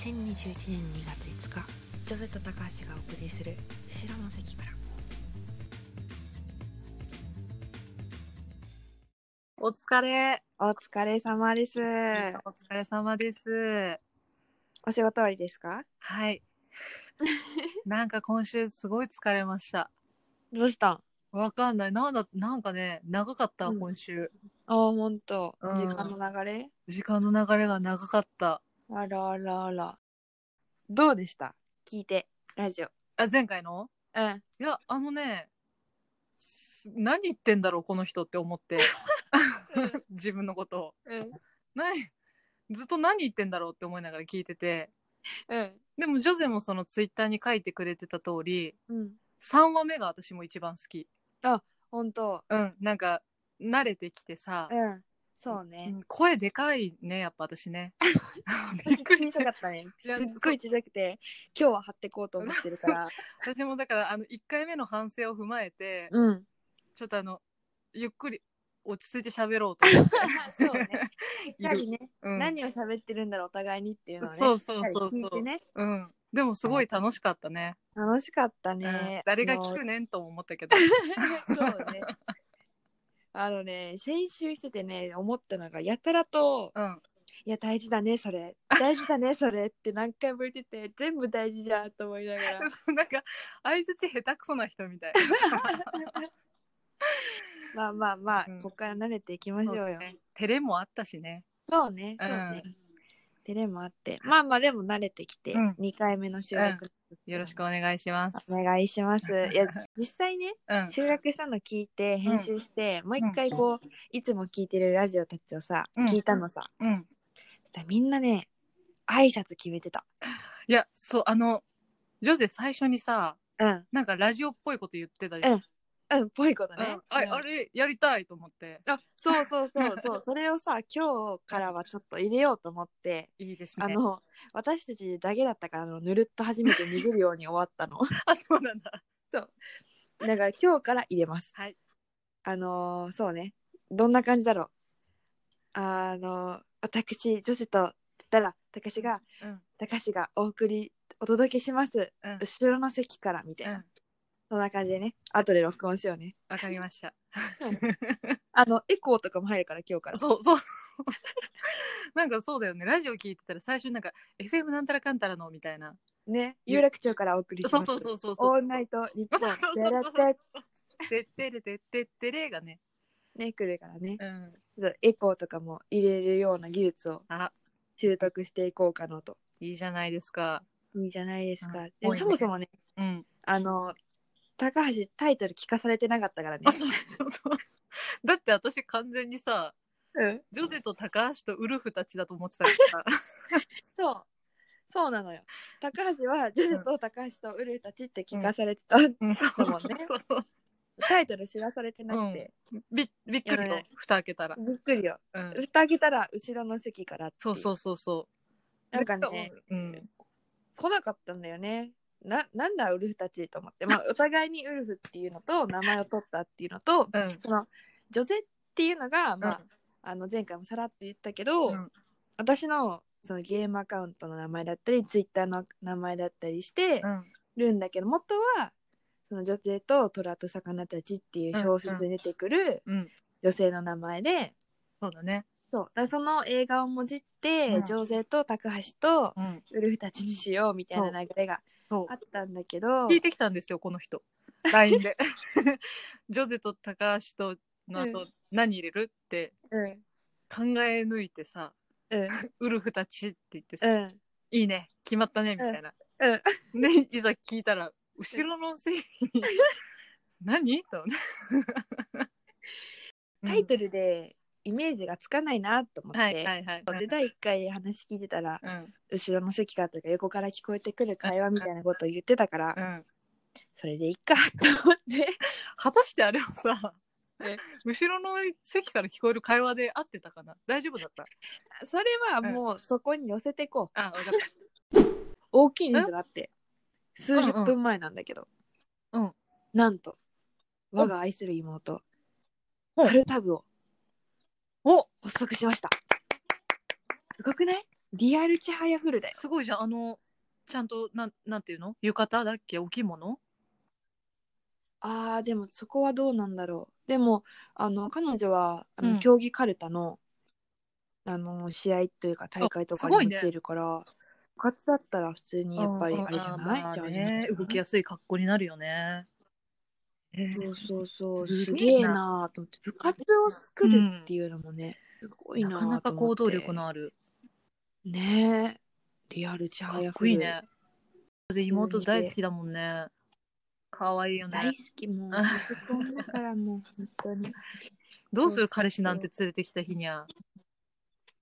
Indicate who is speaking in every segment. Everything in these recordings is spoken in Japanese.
Speaker 1: 2021年2月5日ジョゼと高橋がお送りする「後ろの席から」
Speaker 2: お疲れ。
Speaker 1: お疲れ様です
Speaker 2: お疲れ様です。
Speaker 1: お仕事終わりですか
Speaker 2: はい。なんか今週すごい疲れました。
Speaker 1: どうしたん
Speaker 2: わかんない。なんだ、なんかね、長かった、
Speaker 1: うん
Speaker 2: 今週。
Speaker 1: ああほんと
Speaker 2: うん
Speaker 1: 時間の流れ
Speaker 2: 時間の流れが長かった。
Speaker 1: あらあらあらどうでした聞いてラジオ
Speaker 2: あ、前回の
Speaker 1: うん
Speaker 2: いや、あのね、す何言ってんだろう、この人って思って。 自分のことを。
Speaker 1: うん
Speaker 2: 何ずっと何言ってんだろうって思いながら聞いてて。
Speaker 1: うん
Speaker 2: でも、ジョゼもそのツイッターに書いてくれてた通り、
Speaker 1: うん
Speaker 2: 3話目が私も一番好き。
Speaker 1: ほんと
Speaker 2: うん、なんか、慣れてきてさ、
Speaker 1: うんそうね
Speaker 2: うん声でかいね、やっぱ私ね。びっくりし
Speaker 1: 小さか
Speaker 2: た。
Speaker 1: ったね
Speaker 2: い
Speaker 1: すっ
Speaker 2: や
Speaker 1: ごい小さくて今日は張ってこうと思ってるから
Speaker 2: 私もだから、あの、1回目の反省を踏まえて、
Speaker 1: うん
Speaker 2: ちょっとあの、ゆっくり落ち着いて喋ろうと 思っ
Speaker 1: そうね
Speaker 2: てい
Speaker 1: やはり
Speaker 2: る。
Speaker 1: ね
Speaker 2: うん、
Speaker 1: 何を喋ってるんだろうお互いにっていうのをね
Speaker 2: そうそうそう
Speaker 1: しっ
Speaker 2: そ
Speaker 1: かり聞いうて、ね
Speaker 2: うん。でもすごい楽しかったね。
Speaker 1: 楽しかった
Speaker 2: うん
Speaker 1: ね、
Speaker 2: 誰が聞くねんとも思ったけど。
Speaker 1: あのそう ねあのね先週しててね思ったのがやたらと
Speaker 2: うん。
Speaker 1: 「いや大事だねそれ大事だ ねそれ」って何回も言ってて全部大事じゃんと思いな がら
Speaker 2: なんか、相槌下手くそな人みた い。
Speaker 1: まあまあまあ、
Speaker 2: うん
Speaker 1: ここから慣れていきましょうよ
Speaker 2: そね照れもあったしね。
Speaker 1: そうね
Speaker 2: う
Speaker 1: そ
Speaker 2: ん
Speaker 1: うね、照れもあってまあまあでも慣れてきて、
Speaker 2: うん
Speaker 1: 2回目の収録、
Speaker 2: よろしくお願いします。
Speaker 1: お願いしますいや実際ね
Speaker 2: うん。
Speaker 1: 収録したの聞いて編集して、もう一回こう、いつも聞いてるラジオたちをさ、
Speaker 2: うん
Speaker 1: 聞いたのさ
Speaker 2: うん。
Speaker 1: そしたらみんなね挨拶決めてた
Speaker 2: いや、そう、あの、ジョゼ最初にさ、
Speaker 1: うん
Speaker 2: なんかラジオっぽいこと言ってたじゃん。
Speaker 1: うんうんぽいこと
Speaker 2: うん
Speaker 1: ね、
Speaker 2: あ
Speaker 1: うん
Speaker 2: あれ、やりたいと思って。
Speaker 1: あそうそうそうそう それをさ今日からはちょっと入れようと思って、
Speaker 2: いいですね。
Speaker 1: あ、の私たちだけだったからあのぬるっと初めて見るように終わった の
Speaker 2: あ、そうなんだ。
Speaker 1: だから今日から入れます
Speaker 2: はい。
Speaker 1: あのーそうねどんな感じだろうあのー私女性とって言ったら高志が
Speaker 2: うん。
Speaker 1: 高志がお送りお届けします
Speaker 2: うん。
Speaker 1: 後ろの席からみたいうな、
Speaker 2: ん。
Speaker 1: そんな感じでね後で録音しようね
Speaker 2: わかりま した。
Speaker 1: あのエコーとかも入るから今日から
Speaker 2: そう、 そう。なんかそうだよね。ラジオ聞いてたら最初になんか、FM なんたらかんたらの、みたいな。
Speaker 1: ね有楽町からお送りします
Speaker 2: そうそうそうそうそう。
Speaker 1: オールナイト日本
Speaker 2: そうそうそう
Speaker 1: やらって
Speaker 2: てってれてってってれがね。
Speaker 1: ね来るからね
Speaker 2: うん。
Speaker 1: ちょっとエコーとかも入れるような技術を
Speaker 2: あ、
Speaker 1: 習得していこうかなと
Speaker 2: いいじゃないですか。
Speaker 1: いいじゃないですか、
Speaker 2: うん
Speaker 1: で
Speaker 2: 多いね
Speaker 1: そもそもね
Speaker 2: うん。
Speaker 1: あの高橋タイトル聞かされてなかったからね
Speaker 2: あ、そうそうそう。 だって私完全にさ、
Speaker 1: うん
Speaker 2: ジョゼと高橋とウルフたちだと思ってたからさ。
Speaker 1: そうそうなのよ高橋はジョジョと高橋とウルフたちって聞かされてた、
Speaker 2: うん、そう
Speaker 1: だもんね
Speaker 2: そうそう
Speaker 1: タイトル知らされてなくて、
Speaker 2: びびっくり
Speaker 1: いや
Speaker 2: よ
Speaker 1: ね、
Speaker 2: 蓋開けたら。
Speaker 1: びっくりよ
Speaker 2: うん、
Speaker 1: 蓋開けたら後ろの席からってい
Speaker 2: そうそううそうそう。
Speaker 1: なんかね、
Speaker 2: うん、
Speaker 1: 来なかったんだよねななんだウルフたちと思ってまあお互いにウルフっていうのと名前を取ったっていうのと
Speaker 2: うん、うん、
Speaker 1: そのジョゼっていうのが、まああの前回もさらって言ったけど、
Speaker 2: うん
Speaker 1: 私のそのゲームアカウントの名前だったりツイッターの名前だったりして
Speaker 2: うん、
Speaker 1: るんだけど、元はその女性と虎と魚たちっていう小説に出てくる
Speaker 2: うん、
Speaker 1: 女性の名前で、
Speaker 2: そうだね。
Speaker 1: そうだからその映画をもじって、
Speaker 2: うん
Speaker 1: 女性と高橋と
Speaker 2: うん、
Speaker 1: ウルフたちにしようみたいな流れが
Speaker 2: そ
Speaker 1: あったんだけど
Speaker 2: う。聞いてきたんですよ、この人。LINE で。ジョゼと高橋との後、
Speaker 1: う
Speaker 2: 何入れるって
Speaker 1: うん
Speaker 2: 考え抜いてさ、
Speaker 1: うん
Speaker 2: ウルフたちって言ってさ、
Speaker 1: うん
Speaker 2: いいね、決まったね、みたいな。
Speaker 1: うん
Speaker 2: ね、いざ聞いたら、後ろ の席に、何とね。
Speaker 1: タイトルでイメージがつかないなと思って、
Speaker 2: はいはいはい。
Speaker 1: そうで第1回話聞いてたら
Speaker 2: うん
Speaker 1: 後ろの席からというか横から聞こえてくる会話みたいなことを言ってたから
Speaker 2: うん、
Speaker 1: それでいいかと思って
Speaker 2: 果たしてあれはさ
Speaker 1: え
Speaker 2: 後ろの席から聞こえる会話で合ってたかな大丈夫だった
Speaker 1: それはもうそこに寄せてこう
Speaker 2: あ分かった
Speaker 1: 大きいニュースがあって数十分前なんだけど
Speaker 2: うん
Speaker 1: なんと我が愛する妹
Speaker 2: うん
Speaker 1: カルタブを
Speaker 2: お
Speaker 1: 発足しましたすごくないリアルちはやふるだよ。
Speaker 2: すごいじゃんあのちゃんとなんなんていうの浴衣だっけお着物
Speaker 1: ああでもそこはどうなんだろう。でもあの彼女はあ
Speaker 2: うん
Speaker 1: の競技かるたの、あの試合というか大会と
Speaker 2: あす
Speaker 1: か
Speaker 2: ごい
Speaker 1: に
Speaker 2: ね
Speaker 1: 出てるから、部活だったら普通にやっぱりあれじゃない？
Speaker 2: うんう
Speaker 1: ジャ
Speaker 2: んまあ
Speaker 1: ージなん
Speaker 2: ね
Speaker 1: じゃない
Speaker 2: 動きやすい格好になるよね。
Speaker 1: そうそうそう
Speaker 2: す
Speaker 1: す
Speaker 2: げえな
Speaker 1: げえなーと思って部活を作るっていうのもね、すごいな
Speaker 2: な
Speaker 1: ー
Speaker 2: かな
Speaker 1: と
Speaker 2: か
Speaker 1: 思
Speaker 2: 行
Speaker 1: って
Speaker 2: 動力のある。
Speaker 1: ねえリアルち
Speaker 2: か
Speaker 1: は
Speaker 2: っ
Speaker 1: や
Speaker 2: こ
Speaker 1: ふる
Speaker 2: いいね。で妹大好きだもんね。かわいいよ
Speaker 1: 大
Speaker 2: ね
Speaker 1: 好。きもう
Speaker 2: あ
Speaker 1: ずっと女だからもう本 当に
Speaker 2: どうする彼氏なんて連れてきた日にゃ。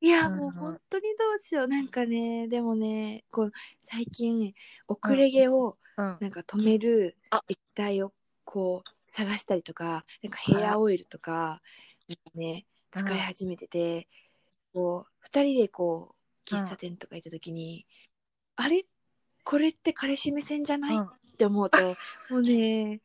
Speaker 1: いや
Speaker 2: うん
Speaker 1: もう本当にどうしようなんかねでもねこう最近遅れ毛を
Speaker 2: うん。
Speaker 1: なんか止める
Speaker 2: あ
Speaker 1: 液体をこう探したりとかなんかヘアオイルとかなんかね
Speaker 2: うん
Speaker 1: 使い始めててこう2人でこう喫茶店とか行った時にあれこれって彼氏目線じゃない
Speaker 2: うん
Speaker 1: って思うともうね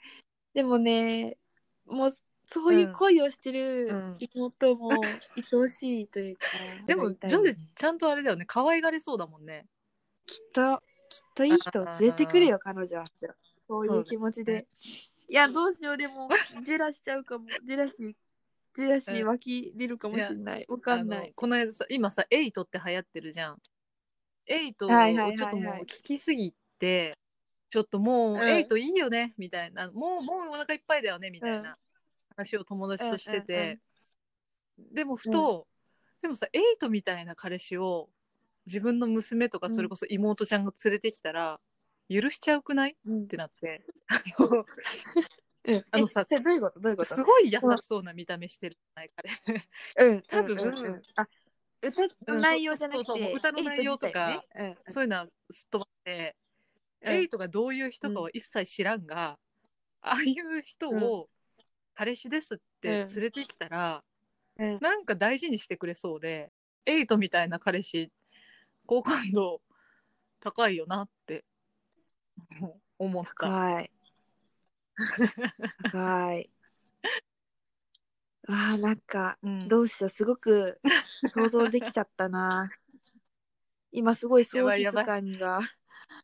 Speaker 1: でもねもうそういう恋をして
Speaker 2: う
Speaker 1: る
Speaker 2: ん
Speaker 1: 妹も愛おしいというか、
Speaker 2: でも
Speaker 1: いたい
Speaker 2: ジ
Speaker 1: よ
Speaker 2: ョ
Speaker 1: ね
Speaker 2: ゼちゃんとあれだよね可愛がれそうだもんね。
Speaker 1: きっときっといい人を連れてくるよ彼女はそういう気持ちで、
Speaker 2: そうだね
Speaker 1: いやどうしようでもジェラしちゃうかもジェラシージェラシー湧き出るかもしれないわかんな
Speaker 2: あの
Speaker 1: い
Speaker 2: この間さ今さエイトって流行ってるじゃん。エイトをち
Speaker 1: はいはいはいはい
Speaker 2: ょっともう聞きすぎてちょっとも
Speaker 1: うん
Speaker 2: うエイトいいよねみたいなもうもうお腹いっぱいだよねみたいな話を友達として
Speaker 1: うんうん
Speaker 2: てでもふとでもさエイトみたいな彼氏を自分の娘とかそれこそ妹ちゃんが連れてきたら許しちゃうくないっ
Speaker 1: うん
Speaker 2: てなってあの
Speaker 1: うん
Speaker 2: あのさ
Speaker 1: えそれどういうことどういうこと
Speaker 2: すごい優しそうな見た目してるじゃない彼。
Speaker 1: う ん
Speaker 2: 多分
Speaker 1: うんうんうんあ歌の内容じゃなくて、
Speaker 2: うんそうそうそう歌の内容とか
Speaker 1: エイト自体ね
Speaker 2: そういうのはすっ飛ばして、
Speaker 1: うん
Speaker 2: エイトがどういう人かは一切知らんが、ああいう人を彼氏ですって連れてきたら、
Speaker 1: うんうん
Speaker 2: なんか大事にしてくれそうで、エイトみたいな彼氏、好感度高いよなって 思った。
Speaker 1: 高い 高いわあなんか
Speaker 2: うん
Speaker 1: どうしようすごく想像できちゃったな 今すごい喪失
Speaker 2: やばいやば
Speaker 1: 感が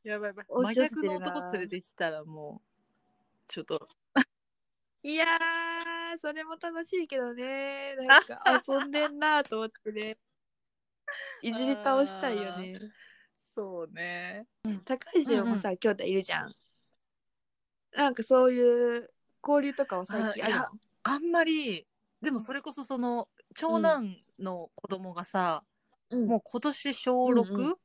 Speaker 2: やばいやばい。
Speaker 1: 押
Speaker 2: 真
Speaker 1: し寄せて
Speaker 2: 逆
Speaker 1: る
Speaker 2: の
Speaker 1: な
Speaker 2: 男連れてきたらもう、ちょっと、
Speaker 1: いやーそれも楽しいけど ねなんか遊んでんなと思ってねいじり倒したいよね
Speaker 2: そうね。
Speaker 1: 高橋もさ兄弟いるじゃんなんかそういう交流とかは最近あるの
Speaker 2: ああんまり、でもそれこそその、長男の子供がさ、
Speaker 1: うん
Speaker 2: もう今年小6
Speaker 1: うんう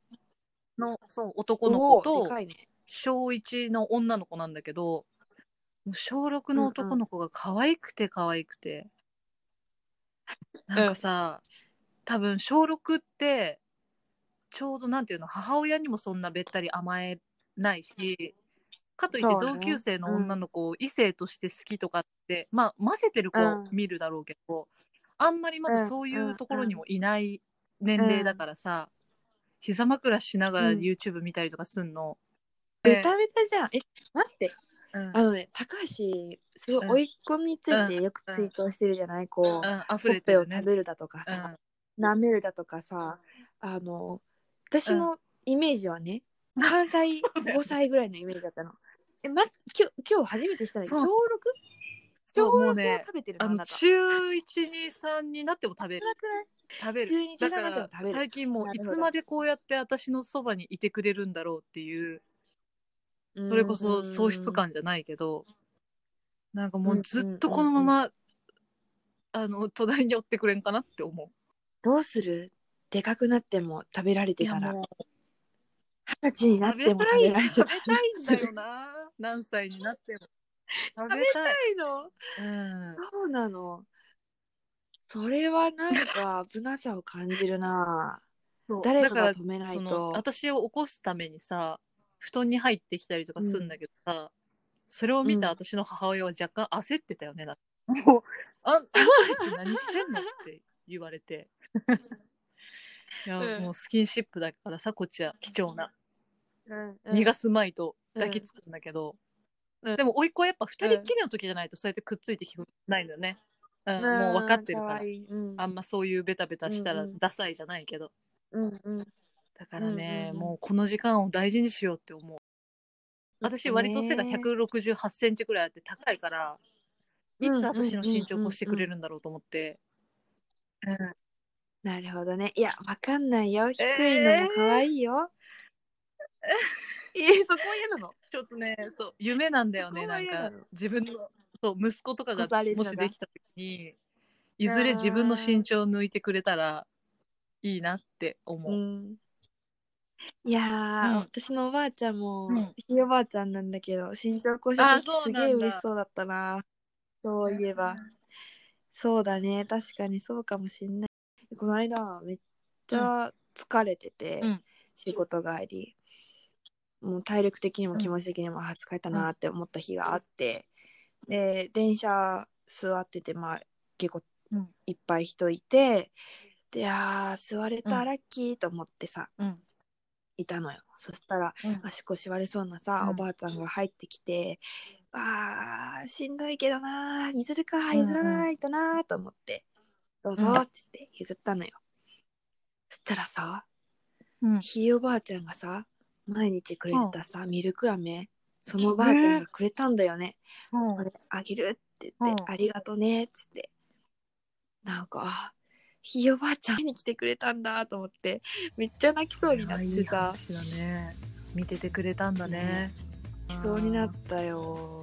Speaker 2: の、そう男の子
Speaker 1: おーで
Speaker 2: と
Speaker 1: かいね
Speaker 2: 小1の女の子なんだけどもう小6の男の子が可愛くて可愛くて、
Speaker 1: ん
Speaker 2: なんかさ多分小6ってちょうどなんていうの母親にもそんなべったり甘えないしかといって
Speaker 1: そうね
Speaker 2: 同級生の女の子を異性として好きとかって、まあ混ぜてる子は見るだろうけど、あんまりまだそういうところにもいない年齢だからさ、膝枕しながら
Speaker 1: うん
Speaker 2: YouTube 見たりとかすんの。
Speaker 1: ベタベタじゃんえ待って
Speaker 2: うん
Speaker 1: あのね高橋すごい
Speaker 2: うん
Speaker 1: 追い込みについてよくツイートしてるじゃないこう
Speaker 2: うん、溢
Speaker 1: ほ
Speaker 2: れ
Speaker 1: ってぺを
Speaker 2: るね。
Speaker 1: 食べるだとか
Speaker 2: う
Speaker 1: さ
Speaker 2: ん、
Speaker 1: 舐めるだとかさあの私のイメージはね、関西
Speaker 2: そうだよ
Speaker 1: 5
Speaker 2: ね
Speaker 1: 歳ぐらいのイメージだったの。え、ま、今日今日初めてしたのに
Speaker 2: そ
Speaker 1: 小
Speaker 2: う
Speaker 1: 6?
Speaker 2: そ
Speaker 1: 小
Speaker 2: うも
Speaker 1: 6
Speaker 2: う
Speaker 1: を
Speaker 2: ね
Speaker 1: 食べてるの
Speaker 2: あ
Speaker 1: あな
Speaker 2: の
Speaker 1: た。
Speaker 2: 中一二三になっても食べる食べる
Speaker 1: 中一
Speaker 2: だ
Speaker 1: にな
Speaker 2: か
Speaker 1: っても
Speaker 2: ら
Speaker 1: 食べる
Speaker 2: 最近もう
Speaker 1: ないるほど
Speaker 2: つまでこうやって私のそばにいてくれるんだろうっていう
Speaker 1: うん
Speaker 2: それこそ喪失。感じゃないけどなんかもうずっと
Speaker 1: うん
Speaker 2: このままあの隣に寄ってくれんかなって思う。
Speaker 1: どうするでかくなっても食べられてたら。
Speaker 2: もう
Speaker 1: 二十歳になっ
Speaker 2: 食
Speaker 1: て
Speaker 2: べ
Speaker 1: も
Speaker 2: た
Speaker 1: 食
Speaker 2: い
Speaker 1: べられて
Speaker 2: 食
Speaker 1: た
Speaker 2: べたいんだよな何歳になっても食べたい。
Speaker 1: の
Speaker 2: うん
Speaker 1: そうなの。それはなんか 危なさを感じるな。
Speaker 2: そう
Speaker 1: 誰か
Speaker 2: だから
Speaker 1: が止めない
Speaker 2: その
Speaker 1: と。
Speaker 2: 私を起こすためにさ布団に入ってきたりとかするんだけどさ、それを見た
Speaker 1: うん
Speaker 2: 私の母親は若干焦ってたよねだってもう「 あんたたち何してんの?」って言われて いや、
Speaker 1: うん
Speaker 2: もうスキンシップだからさこっちは貴重な、
Speaker 1: うん
Speaker 2: 逃がすまいと抱きつくんだけど、
Speaker 1: うん
Speaker 2: でも甥っ子はやっぱ二人っきりの時じゃないとそうやってくっついてきてないんだよね、うん
Speaker 1: うん
Speaker 2: もう分かってるか
Speaker 1: わ
Speaker 2: ら
Speaker 1: いいうん
Speaker 2: あんまそういうベタベタした
Speaker 1: う
Speaker 2: ら
Speaker 1: んうん
Speaker 2: ダサいじゃないけど、
Speaker 1: うんうん
Speaker 2: だか
Speaker 1: う
Speaker 2: らね、
Speaker 1: んうんうん
Speaker 2: もうこの時間を大事にしようって思う。私割と背が168センチぐらいあって高いから、いつ私の身長を越してくれるんだろうと思って。うん
Speaker 1: なるほどね。いや、わかんないよ。低いのも可愛い よ。えー、そこ嫌なの
Speaker 2: ちょっとね、そう、夢なんだよね、
Speaker 1: そこ
Speaker 2: な
Speaker 1: は
Speaker 2: ん
Speaker 1: 嫌なの
Speaker 2: か、自分の、そう、息子とかが
Speaker 1: こざれるの
Speaker 2: も
Speaker 1: が
Speaker 2: しできた時に、いずれ自分の身長を抜いてくれたらいいなって思う。
Speaker 1: ん。いやー、
Speaker 2: うん
Speaker 1: 私のおばあちゃんも、
Speaker 2: うん
Speaker 1: ひいおばあちゃんなんだけど、身長越した時
Speaker 2: あそ
Speaker 1: す
Speaker 2: うなんだ
Speaker 1: げえ嬉しそうだったな。そういえば。そうだね。確かにそうかもしんない。この間、めっちゃ疲れてて、
Speaker 2: うん
Speaker 1: 仕事帰り。もう体力的にも気持ち的にも、あ疲れたなって思った日があって、で、電車座ってて、まあ、結構
Speaker 2: うん
Speaker 1: いっぱい人いて、で、あー座れ
Speaker 2: う
Speaker 1: た
Speaker 2: ん
Speaker 1: ラッキーと思ってさ、
Speaker 2: うん。
Speaker 1: いたのよ。そしたら、
Speaker 2: うん
Speaker 1: 足腰割れそうなさ、
Speaker 2: うん
Speaker 1: おばあちゃんが入ってきて、あーしんどいけどなー譲るか
Speaker 2: んうん
Speaker 1: 譲らないとなーと思って、どうぞーっつって譲ったのよ、そしたらさ
Speaker 2: うん。
Speaker 1: ひいおばあちゃんがさ毎日くれてたさ、ミルク飴そのおばあちゃんがくれたんだよね、これあげるって言って、
Speaker 2: うん
Speaker 1: ありがとねっつってなんかあひいおばあちゃん会いに来てくれたんだと思ってめっちゃ泣きそうになっ
Speaker 2: い
Speaker 1: て
Speaker 2: い
Speaker 1: さ
Speaker 2: 話だね。見ててくれたんだね。
Speaker 1: 泣きそうになったよ